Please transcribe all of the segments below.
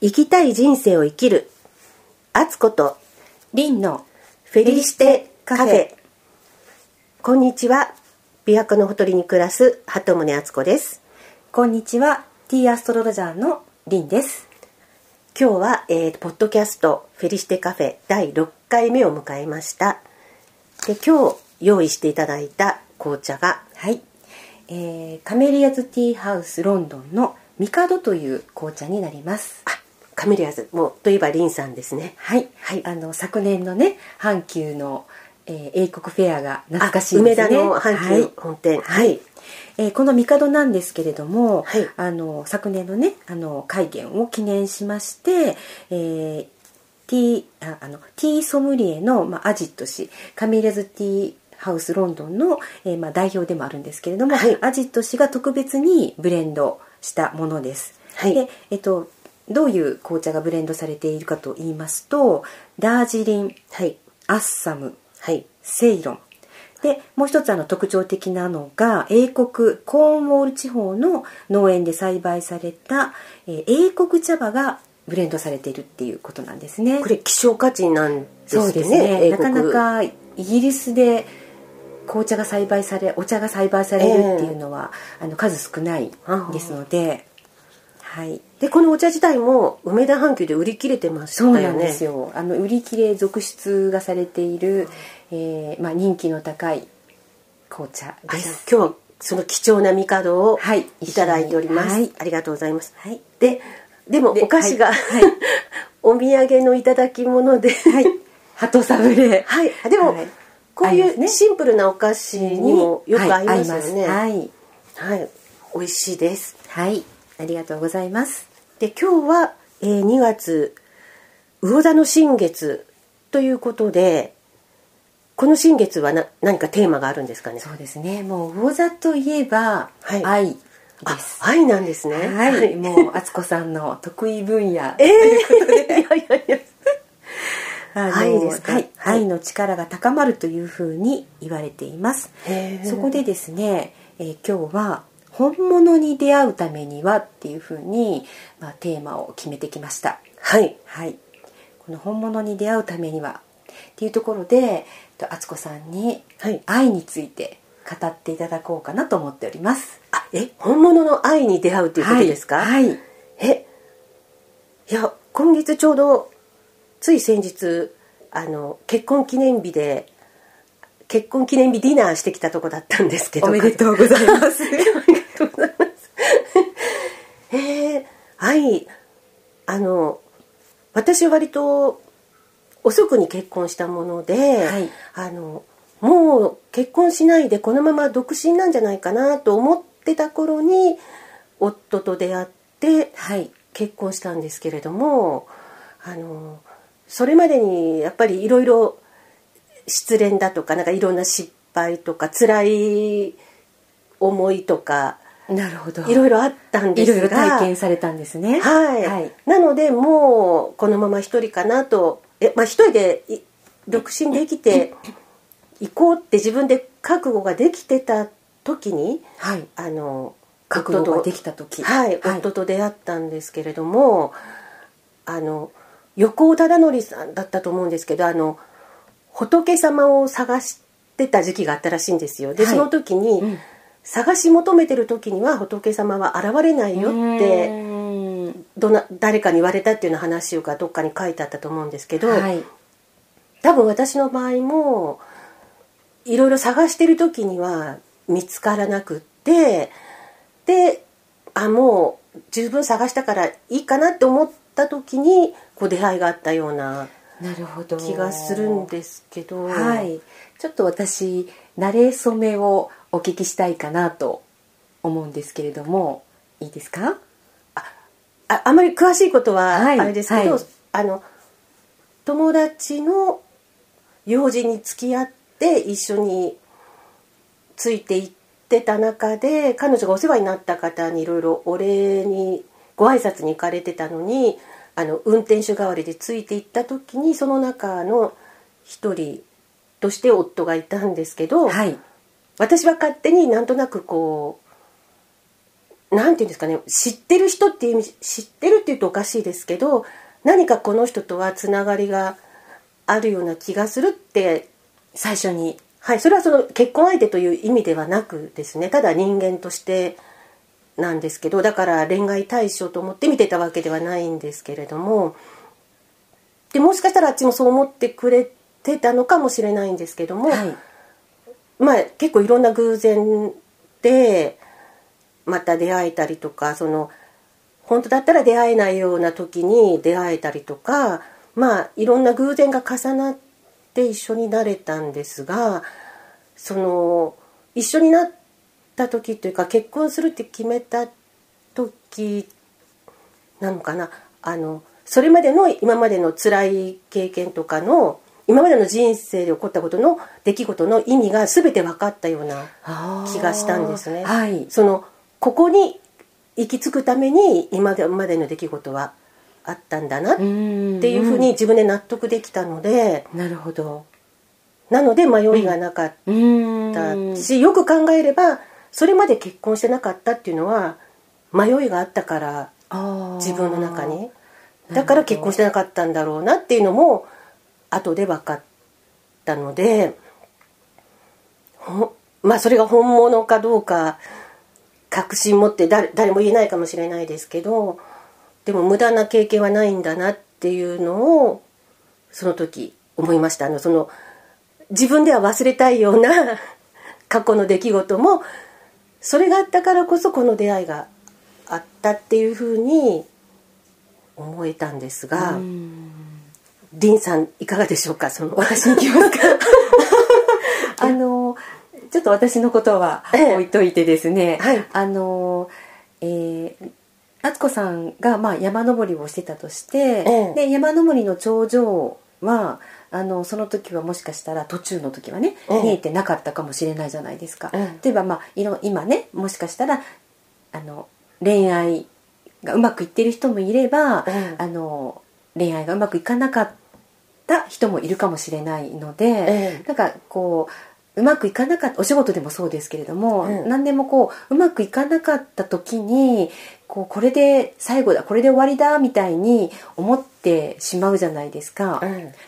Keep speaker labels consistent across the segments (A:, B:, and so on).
A: 生きたい人生を生きる。あつこと、
B: リンの
A: フェリシテカフェ。こんにちは。琵琶湖のほとりに暮らす、鳩宗あつこです。
B: こんにちは T アストロロジャーのリンです
A: 今日は、えー、ポッドキャスト、フェリシテカフェ第6回目を迎えました。で、今日用意していただいた紅茶が、
B: はい、えー、カメリアズティーハウスロンドンのミカドという紅茶になります
A: あ、カメリアズ、もう、といえばリンさんですね。
B: はい、
A: はい
B: あの昨年のね阪急の、えー英国フェアが懐かし
A: あ
B: い
A: 梅
B: ですね
A: 田の阪
B: はい
A: 急本店。
B: はい、えーこの「帝」なんですけれども、
A: はい
B: あの昨年のねあの会見を記念しまして、えーティーああのティーソムリエの、まあ、アジット氏カミレズティーハウスロンドンの、えーまあ、代表でもあるんですけれども、
A: はい
B: アジット氏が特別にブレンドしたものです。
A: はい
B: でえっとどういう紅茶がブレンドされているかと言いますとダージリン、
A: はい。
B: アッサム
A: はい。
B: セイロンでもう一つあの特徴的なのが英国コーンウォール地方の農園で栽培された、えー英国茶葉がブレンドされているっていうことなんですね。
A: これ希少価値なんですね
B: そうですね
A: 英
B: なか
A: 国
B: なかイギリスで紅茶が栽培されお茶が栽培されるっていうのは、あの数少ないですので、はい、
A: でこのお茶自体も梅田阪急で売り切れてました
B: そ
A: よ
B: う
A: ね
B: なんですよ、あの売り切れ続出がされている、えーまあ、人気の高い紅茶
A: あ
B: で
A: じゃあ
B: す。
A: 今日はその貴重な帝を
B: はい
A: いただいております、
B: はい
A: ありがとうございます、
B: はい
A: ででも
B: で
A: お菓子が、
B: はいはい
A: お土産のいただき物では
B: はい、鳩サブ レ
A: はいあでも、
B: はい
A: こう
B: 合います
A: いう
B: ね
A: シンプルなお菓子にもよく合いますよね
B: は
A: はい
B: い合います
A: はい美味しいです
B: はい、はいありがとうございます
A: で今日は、えー2月魚座の新月ということでこの新月はな何かテーマがあるんですかね
B: そうですねもう魚座といえば、
A: はい
B: 愛で
A: あ
B: す
A: 愛なんですね
B: はい、もう敦子さんの得意分野
A: ええいやいやいや
B: あの
A: 愛ですか
B: はい
A: はい
B: 愛の力が高まるというふうに言われています
A: へー
B: そこでですね、えー今日は本物に出会うためにはっていうふうに、まあ、テーマを決めてきました
A: はい
B: はい、この本物に出会うためにはっていうところでえっと敦子さんに
A: はい
B: 愛について語っていただこうかなと思っております。
A: あえ本物の愛に出会うということですか、
B: はい、はい
A: えいや今月ちょうどつい先日あの結婚記念日で結婚記念日ディナーしてきたとこだったんですけど
B: おめでとうござい ます。
A: へえはいあの私は割と遅くに結婚したもので、
B: はい
A: あのもう結婚しないでこのまま独身なんじゃないかなと思ってた頃に夫と出会って
B: はい、
A: 結婚したんですけれどもあのそれまでにやっぱりいろいろ失恋だとかなんかいろんな失敗とか辛い思いとか
B: なるほど。
A: いろいろあったんで
B: い
A: す
B: ろ
A: が
B: いろ体験されたんですね。
A: はい、
B: はい、
A: なのでもうこのまま一人かなとえ、まあ、一人でい独身でき ていこうって自分で覚悟ができてた時に
B: はい、
A: あの
B: 覚悟がで
A: き
B: きた時、
A: はい、夫と出会ったんですけれどもあの横尾忠則さんだったと思うんですけどあの仏様を探してた時期があったらしいんですよ。で、
B: はい
A: その時に、
B: うん
A: 探し求めてる時には仏様は現れないよって
B: うーん
A: どな誰かに言われたっていうような話がどっかに書いてあったと思うんですけど、
B: はい、
A: 多分私の場合もいろいろ探してる時には見つからなくってであもう十分探したからいいかなって思った時にこう出会いがあったような
B: なるほど。
A: 気がするんですけど、
B: はい、ちょっと私慣れ初めをお聞きしたいかなと思うんですけれどもいいですか
A: ああまり詳しいことは
B: はい
A: あれですけど、
B: はい
A: あの友達の用事に付き合って一緒についていってた中で彼女がお世話になった方にいろいろお礼にご挨拶に行かれてたのにあの運転手代わりでついていった時にその中の一人として夫がいたんですけど、
B: はい
A: 私は勝手になんとなくこうなんていうんですかね知ってる人っていう意味知ってるっていうとおかしいですけど何かこの人とはつながりがあるような気がするって
B: 最初に
A: はい、それはその結婚相手という意味ではなくですねただ人間としてなんですけどだから恋愛対象と思って見てたわけではないんですけれどもでもしかしたらあっちもそう思ってくれてたのかもしれないんですけども、
B: はい
A: まあ結構いろんな偶然でまた出会えたりとかその本当だったら出会えないような時に出会えたりとかまあいろんな偶然が重なって一緒になれたんですがその一緒になった時というか結婚するって決めた時なのかなあのそれまでの今までの辛い経験とかの今までの人生で起こったことの出来事の意味が全て分かったような気がしたんですね。
B: はい
A: そのここに行き着くために今までの出来事はあったんだなっ
B: うーん
A: ていうふうに自分で納得できたので、
B: なるほど
A: なので迷いがなかっ
B: うー
A: た
B: ん
A: し、よく考えればそれまで結婚してなかったっていうのは迷いがあったから
B: あー
A: 自分の中に
B: ど
A: だから結婚してなかったんだろうなっていうのも後で分かったのでほんまあそれが本物かどうか確信持って誰誰も言えないかもしれないですけどでも無駄な経験はないんだなっていうのをその時思いましたあのその自分では忘れたいような 過去の出来事もそれがあったからこそこの出会いがあったっていうふうに思えたんですが、
B: うーん
A: リンさんいかがでしょうかその私に聞きますか
B: あのちょっと私のことは
A: ええ
B: 置いといてですね、
A: はい
B: あのえー敦子さんがまあ山登りをしてたとして、
A: ええ
B: で山登りの頂上はあのその時はもしかしたら途中の時はね、
A: ええ
B: 見えてなかったかもしれないじゃないですか。
A: ええ
B: 例えば、まあ、いろ今ねもしかしたらあの恋愛がうまくいってる人もいれば、
A: ええ
B: あの恋愛がうまくいかなかった人もいるかもしれないので、
A: ええ
B: なんかこううまくいかなかったお仕事でもそうですけれども、
A: うん
B: 何でもこううまくいかなかった時にこうこれで最後だこれで終わりだみたいに思ってし まうじゃないですか。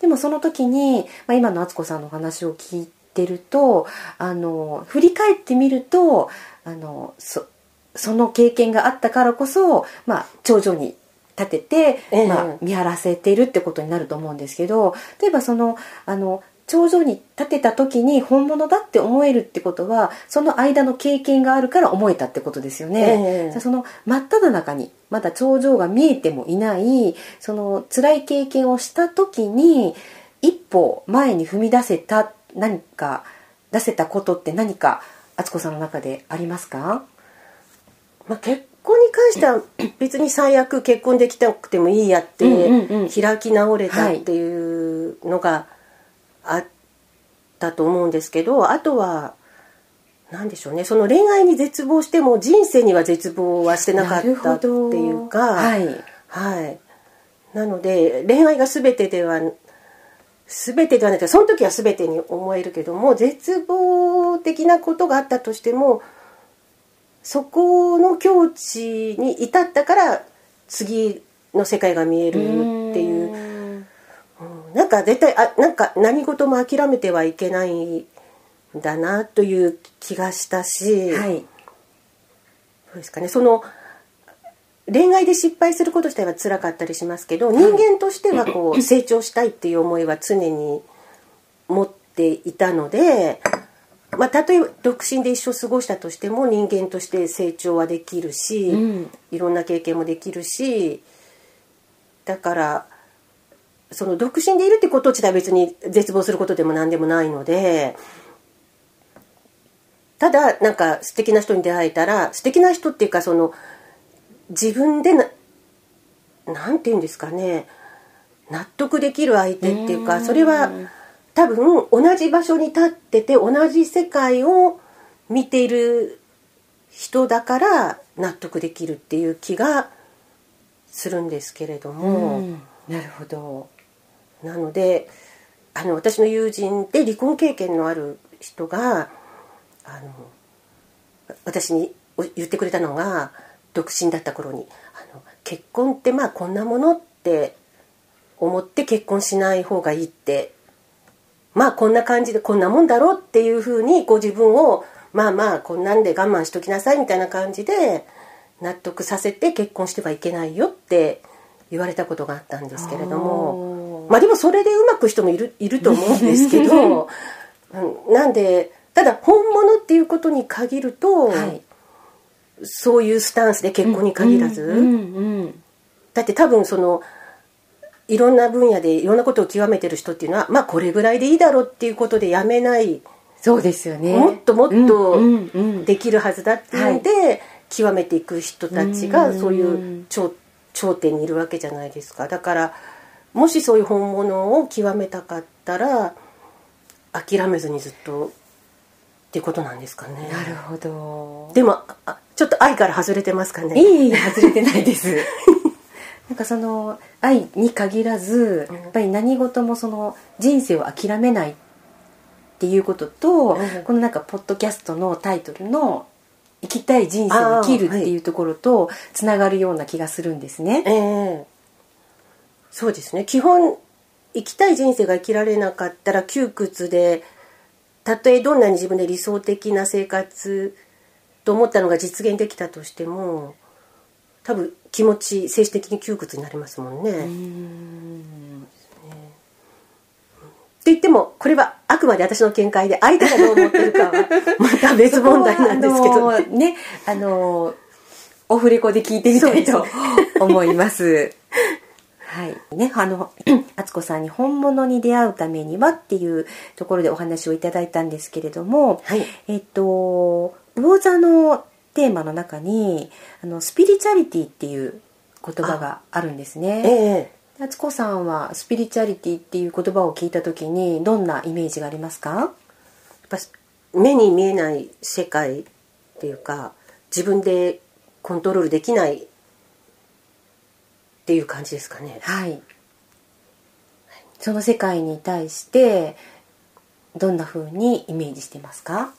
B: でもその時に、まあ、今の敦子さんのお話を聞いてるとあの振り返ってみるとあのそその経験があったからこそ、まあ、頂上に立て
A: ええ
B: て、まあ、見張らせているってことになると思うんですけど例えばそのあの頂上に立てた時に本物だって思えるってことはその間の経験があるから思えたってことですよね。
A: ええ
B: じゃあその真っ只中にまだ頂上が見えてもいないその辛い経験をした時に一歩前に踏み出せた何か出せたことって何か敦子さんの中でありますか
A: まあ、結婚に関して は別に最悪結婚できなくてもいいやって、
B: うんうんうん
A: 開き直れたっていうのがあったと思うんですけど、あとは何でしょうねその恋愛に絶望しても人生には絶望はしてなかったっていうか。
B: はい、
A: はい、なので恋愛が全てでは全てではないけどその時は全てに思えるけども絶望的なことがあったとしてもそこの境地に至ったから次の世界が見えるっていう
B: う
A: うんなんか絶対あなんか何事も諦めてはいけないんだなという気がしたし。
B: はい
A: そうですかねその恋愛で失敗すること自体は辛かったりしますけど人間としてはこう成長したいっていう思いは常に持っていたので、まあ、たとえ独身で一生過ごしたとしても人間として成長はできるし、
B: うん
A: いろんな経験もできるしだからその独身でいるってこと自体は別に絶望することでも何でもないのでただなんか素敵な人に出会えたら素敵な人っていうかその自分でななんて言うんですかね納得できる相手っていう
B: う
A: か
B: ん
A: それは多分同じ場所に立ってて同じ世界を見ている人だから納得できるっていう気がするんですけれども。
B: うんなるほど
A: なのであの私の友人で離婚経験のある人があの私にお言ってくれたのが独身だった頃にあの結婚ってまあこんなものって思って結婚しない方がいいってまあこんな感じでこんなもんだろうっていうふうにこう自分をまあまあこんなんで我慢しときなさいみたいな感じで納得させて結婚してはいけないよって言われたことがあったんですけれども
B: あー
A: まあでもそれでうまく人もいるいると思うんですけ ど、うん、なんでただ本物っていうことに限ると、
B: はい
A: そういうスタンスで結婚に限らず、
B: うんうんうん
A: だって多分そのいろんな分野でいろんなことを極めてる人っていうのはまあこれぐらいでいいだろうっていうことでやめない
B: そうですよね
A: もっともっと
B: うんうんうん
A: できるはずだっていうんで、極めていく人たち
B: う
A: が
B: ん
A: そういう頂頂点にいるわけじゃないですかだからもしそういう本物を極めたかったら諦めずにずっとっていうことなんですかね。
B: なるほど
A: でもああちょっと愛から外れてますかね。
B: いえいえ外れてないです なんかその愛に限らずやっぱり何事もその人生を諦めないっていうことと、
A: うん
B: このなんかポッドキャストのタイトルの「生きたい人生を生きる」っていうところとつながるような気がするんですね。
A: ええそうですね基本生きたい人生が生きられなかったら窮屈でたとえどんなに自分で理想的な生活と思ったのが実現できたとしても多分気持ち精神的に窮屈になりますもんね。って言ってもこれはあくまで私の見解で相手がどう思ってるかはまた別問題なんですけ
B: そこ
A: ど
B: はあのーねあのーオフレコで聞いてみたい
A: そ
B: と
A: うで
B: 思い ます。はいね、あの敦子さんに「本物に出会うためには」っていうところでお話をいただいたんですけれども、
A: はい
B: えっと魚座のテーマの中にあのスピリチュアリティっていう言葉があるんです
A: え
B: ね。
A: え
B: 敦子さんはスピリチュアリティっていう言葉を聞いた時にどんなイメージがありますか
A: やっぱ目に見えない世界っていうか自分でコントロールできないっていう感じですかね。
B: はい、その世界に対してどんな風にイメージしてますか、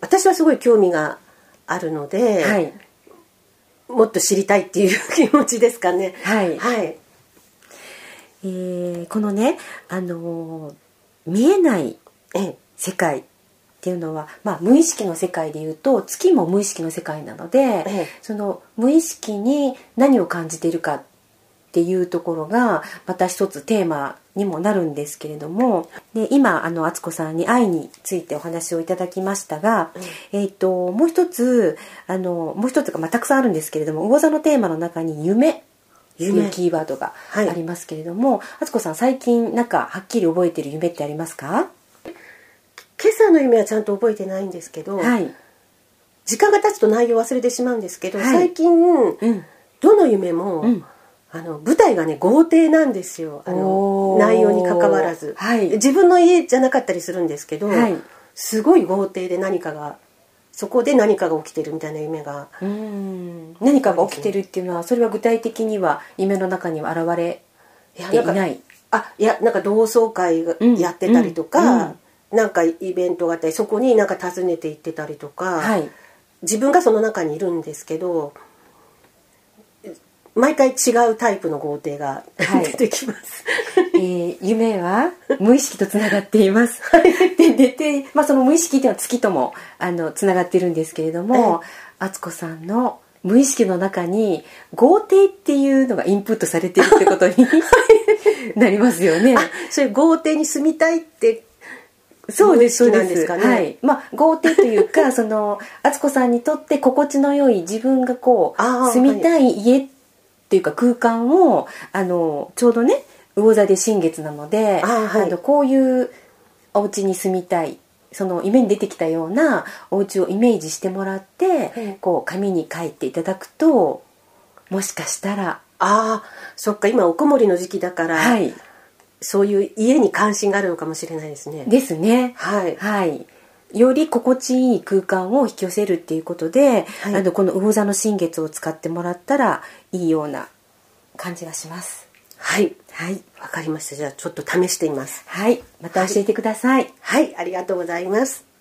A: 私はすごい興味があるので、
B: はい、
A: もっと知りたいっていう気持ちですかね。
B: はい
A: はい、
B: えーこのね、あのー見えない
A: ええ
B: 世界っていうのは、まあ、無意識の世界でいうと月も無意識の世界なので、
A: ええ
B: その無意識に何を感じているかっていうところがまた一つテーマにもなるんですけれどもで今あの敦子さんに愛についてお話をいただきましたが、えー、ともう一つあのもう一つが、まあ、たくさんあるんですけれども魚座のテーマの中に夢ってい
A: 夢
B: うキーワードがあ
A: はい
B: りますけれども、敦子さん最近なんかはっきり覚えてる夢ってありますか、
A: 今朝の夢はちゃんと覚えてないんですけど、
B: はい
A: 時間が経つと内容忘れてしまうんですけど、
B: はい
A: 最近
B: うん
A: どの夢も、
B: うん
A: あの舞台がね豪邸なんですよあの
B: おー
A: 内容に関わらず、
B: はい
A: 自分の家じゃなかったりするんですけど、
B: はい
A: すごい豪邸で何かがそこで何かが起きてるみたいな夢が
B: うん何かが起きてるっていうのはそれは具体的には夢の中には現れ
A: い
B: てい
A: んか
B: ない
A: あいやなんか同窓会が
B: うん
A: やってたりとか
B: う、
A: なんかイベントがあったりそこになんか訪ねて行ってたりとか、
B: はい
A: 自分がその中にいるんですけど毎回違うタイプの豪邸が
B: はい
A: 出てきます。
B: えー夢は無意識とつながっています。で寝て、まあ、その無意識っていうのは月ともあのつながってるんですけれども敦子さんの無意識の中に豪邸っていうのがインプットされてるってことになりますよね。
A: それ豪邸に住みたいって
B: そうです
A: 無
B: そう
A: 意識な
B: で
A: ん
B: す
A: ですかね
B: はいまあ、豪邸とい うかその敦子さんにとって心地の良い自分がこう
A: あー
B: 住みたい家っていうか空間をあのちょうどね魚座で新月なので
A: あーはい
B: のこういうお家に住みたいその夢に出てきたようなお家をイメージしてもらって、
A: はい
B: こう紙に書いていただくともしかしたら、
A: ああそっか今おこもりの時期だから、
B: はい、
A: そういう家に関心があるのかもしれないですね。
B: ですね。
A: はい、
B: はい、より心地いい空間を引き寄せるっていうことで、
A: はい
B: あのこの魚座の新月を使ってもらったらいいような感じがします。
A: はい、
B: はい、
A: わかりました。じゃあちょっと試してみます。
B: はい、また教えてください。
A: はい、ありがとうございます。